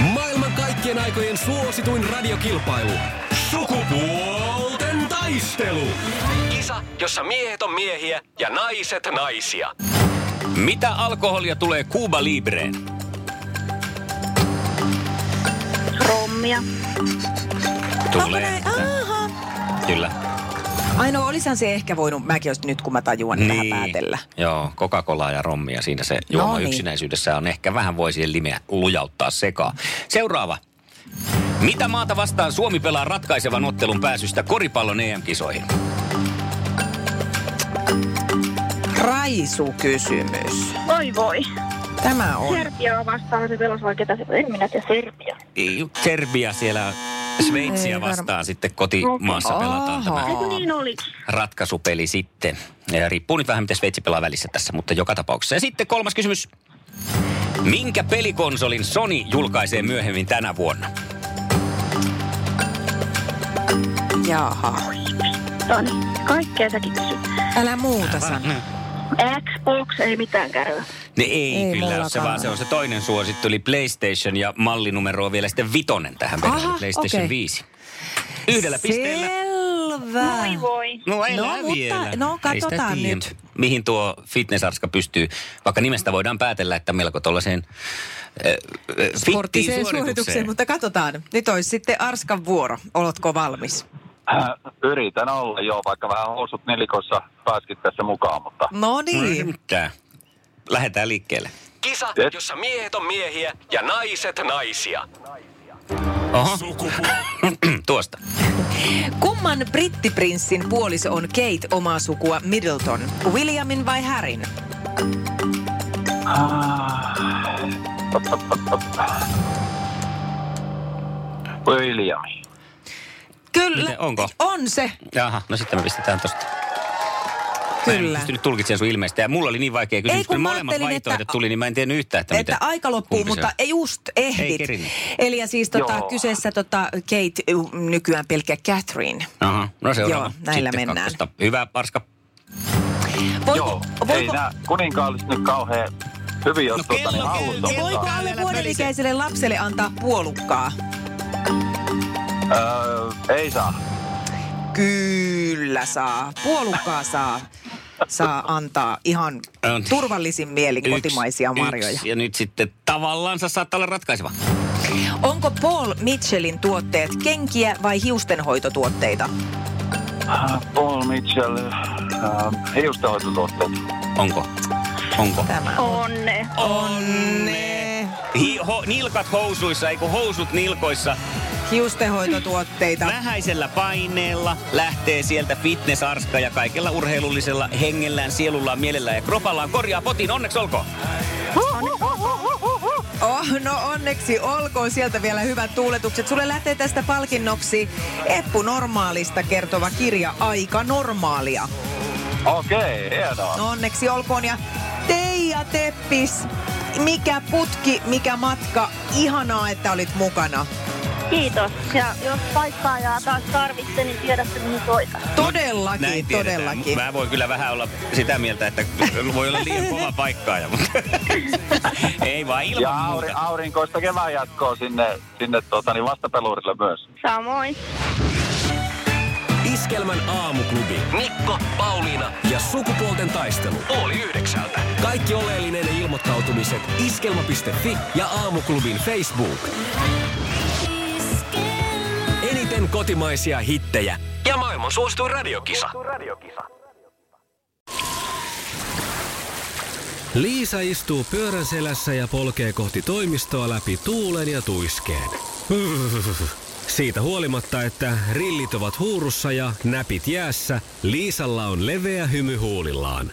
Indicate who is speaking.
Speaker 1: Maailman kaikkien aikojen suosituin radiokilpailu. Sukupuolten taistelu. Kisa, jossa miehet on miehiä ja naiset naisia.
Speaker 2: Mitä alkoholia tulee Cuba Libreen?
Speaker 3: rommia.
Speaker 2: Tulee.
Speaker 4: Aha.
Speaker 2: Kyllä.
Speaker 4: Ainoa no, olisahan se ehkä voinut, mäkin olisin nyt kun mä tajuan, niin. vähän päätellä.
Speaker 2: Joo, Coca-Colaa ja rommia. Siinä se juoma
Speaker 4: niin.
Speaker 2: yksinäisyydessä on ehkä vähän voi siihen limeä lujauttaa sekaan. Seuraava. Mitä maata vastaan Suomi pelaa ratkaisevan ottelun pääsystä koripallon EM-kisoihin?
Speaker 4: Raisu kysymys.
Speaker 3: Oi voi.
Speaker 4: Tämä on.
Speaker 3: Serbia vastaan se pelas vai ketä se En minä tiedä Serbia.
Speaker 2: Ei, Serbia siellä Sveitsiä
Speaker 4: Ei varma-
Speaker 2: vastaan sitten kotimaassa pelataan tämä
Speaker 3: Eikö niin oli?
Speaker 2: ratkaisupeli sitten. Ja riippuu nyt vähän, miten Sveitsi pelaa välissä tässä, mutta joka tapauksessa. Ja sitten kolmas kysymys. Minkä pelikonsolin Sony julkaisee myöhemmin tänä vuonna?
Speaker 4: Jaha.
Speaker 3: Tani. No niin, Kaikkea säkin kysyt.
Speaker 4: Älä muuta sano.
Speaker 3: Xbox ei mitään kärryä.
Speaker 2: Ne ei,
Speaker 4: Ei
Speaker 2: ei kyllä ole se,
Speaker 4: mullakaan.
Speaker 2: vaan se on se toinen suosittu, eli PlayStation ja mallinumero on vielä sitten vitonen tähän perään,
Speaker 4: Aha,
Speaker 2: eli PlayStation
Speaker 4: okei.
Speaker 2: 5. Yhdellä pisteellä.
Speaker 4: Selvä.
Speaker 3: Oi voi.
Speaker 2: No ei
Speaker 4: No,
Speaker 2: nää
Speaker 4: mutta-
Speaker 2: vielä.
Speaker 4: no,
Speaker 2: Ei sitä
Speaker 4: katsotaan
Speaker 2: tiedä,
Speaker 4: nyt.
Speaker 2: Mihin tuo fitnessarska pystyy, vaikka nimestä voidaan päätellä, että melko tuollaiseen äh,
Speaker 4: Sporttiseen suoritukseen, mutta katsotaan. Nyt olisi sitten Arskan vuoro. Oletko valmis?
Speaker 5: Äh, Yritän olla joo, vaikka vähän housut nelikossa pääskin tässä mukaan, mutta
Speaker 4: No niin.
Speaker 2: Mutta... Lähdetään liikkeelle.
Speaker 1: Kisa,
Speaker 5: Jep.
Speaker 1: jossa miehet on miehiä ja naiset naisia.
Speaker 2: Oho. Tuosta.
Speaker 4: Kumman brittiprinssin puoliso on Kate omaa sukua Middleton? Williamin vai Harryn?
Speaker 5: William.
Speaker 4: Kyllä.
Speaker 2: Miten, onko?
Speaker 4: On se.
Speaker 2: Jaha, no sitten me pistetään tosta. Mä en
Speaker 4: Kyllä.
Speaker 2: pystynyt tulkitsemaan sun ilmeistä. Ja mulla oli niin vaikea kysymys,
Speaker 4: Ei, kun
Speaker 2: kun,
Speaker 4: mä
Speaker 2: molemmat
Speaker 4: ajattelin, että-
Speaker 2: vaihtoehdot tuli, niin mä en tiennyt yhtään, että,
Speaker 4: Että
Speaker 2: miten-
Speaker 4: aika loppuu,
Speaker 2: kumpi se
Speaker 4: mutta
Speaker 2: on.
Speaker 4: ei just ehdit.
Speaker 2: kerinnyt.
Speaker 4: Eli ja siis tota,
Speaker 5: Joo.
Speaker 4: kyseessä tota, Kate, y- nykyään pelkkä Catherine.
Speaker 2: Aha, no seuraava.
Speaker 4: Joo, näillä
Speaker 2: Sitten
Speaker 4: mennään.
Speaker 2: kakkosta. Hyvä, Parska.
Speaker 4: Voiko,
Speaker 5: Joo, ei
Speaker 4: voiko,
Speaker 5: nää kuninkaalliset nyt kauhean hyvin, jos
Speaker 2: No
Speaker 5: no, tuota niin
Speaker 2: kello
Speaker 5: hallussa,
Speaker 2: kello.
Speaker 4: voiko
Speaker 5: mutta
Speaker 2: Älä
Speaker 4: alle
Speaker 2: pölise.
Speaker 4: vuodenikäiselle lapselle antaa puolukkaa?
Speaker 5: öö, ei saa.
Speaker 4: Kyllä saa. Puolukkaa saa, saa antaa ihan
Speaker 2: On.
Speaker 4: turvallisin mielin kotimaisia
Speaker 2: Yksi,
Speaker 4: marjoja.
Speaker 2: Yksi, ja nyt sitten tavallaan se saattaa olla ratkaiseva.
Speaker 4: Onko Paul Mitchellin tuotteet kenkiä vai hiustenhoitotuotteita?
Speaker 5: Äh, Paul Mitchell, äh, hiustenhoitotuotteet.
Speaker 2: Onko? Onko?
Speaker 4: Tämä
Speaker 3: Onne.
Speaker 4: Onne.
Speaker 2: Hi, ho, nilkat housuissa, eikö housut nilkoissa.
Speaker 4: Hiustenhoitotuotteita.
Speaker 2: Vähäisellä paineella lähtee sieltä fitnessarska ja kaikella urheilullisella hengellään, sielullaan, mielellään ja kropallaan korjaa potin. Onneksi olkoon.
Speaker 4: Oh, no onneksi olkoon sieltä vielä hyvät tuuletukset. Sulle lähtee tästä palkinnoksi Eppu Normaalista kertova kirja Aika Normaalia.
Speaker 5: Okei, hienoa.
Speaker 4: No onneksi olkoon ja Teija Teppis, mikä putki, mikä matka. Ihanaa, että olit mukana.
Speaker 3: Kiitos. Ja jos paikkaa ja taas tarvitse, niin tiedätte mihin soita.
Speaker 4: Todellakin,
Speaker 2: No, tiedetään.
Speaker 4: todellakin.
Speaker 2: Mä voin kyllä vähän olla sitä mieltä, että voi olla liian kova paikkaaja, mutta ei vaan ilman
Speaker 5: Ja auri,
Speaker 2: muuta.
Speaker 5: aurinkoista kevään jatkoa sinne, sinne tuota, niin vastapelurille myös.
Speaker 3: Samoin.
Speaker 1: Iskelmän aamuklubi. Mikko, Pauliina ja sukupuolten taistelu. Oli yhdeksältä. Kaikki oleellinen ilmoittautumiset iskelma.fi ja aamuklubin Facebook. Eniten kotimaisia hittejä ja maailman suosituin radiokisa. Liisa istuu pyörän selässä ja polkee kohti toimistoa läpi tuulen ja tuiskeen. Siitä huolimatta, että rillit ovat huurussa ja näpit jäässä, Liisalla on leveä hymy huulillaan.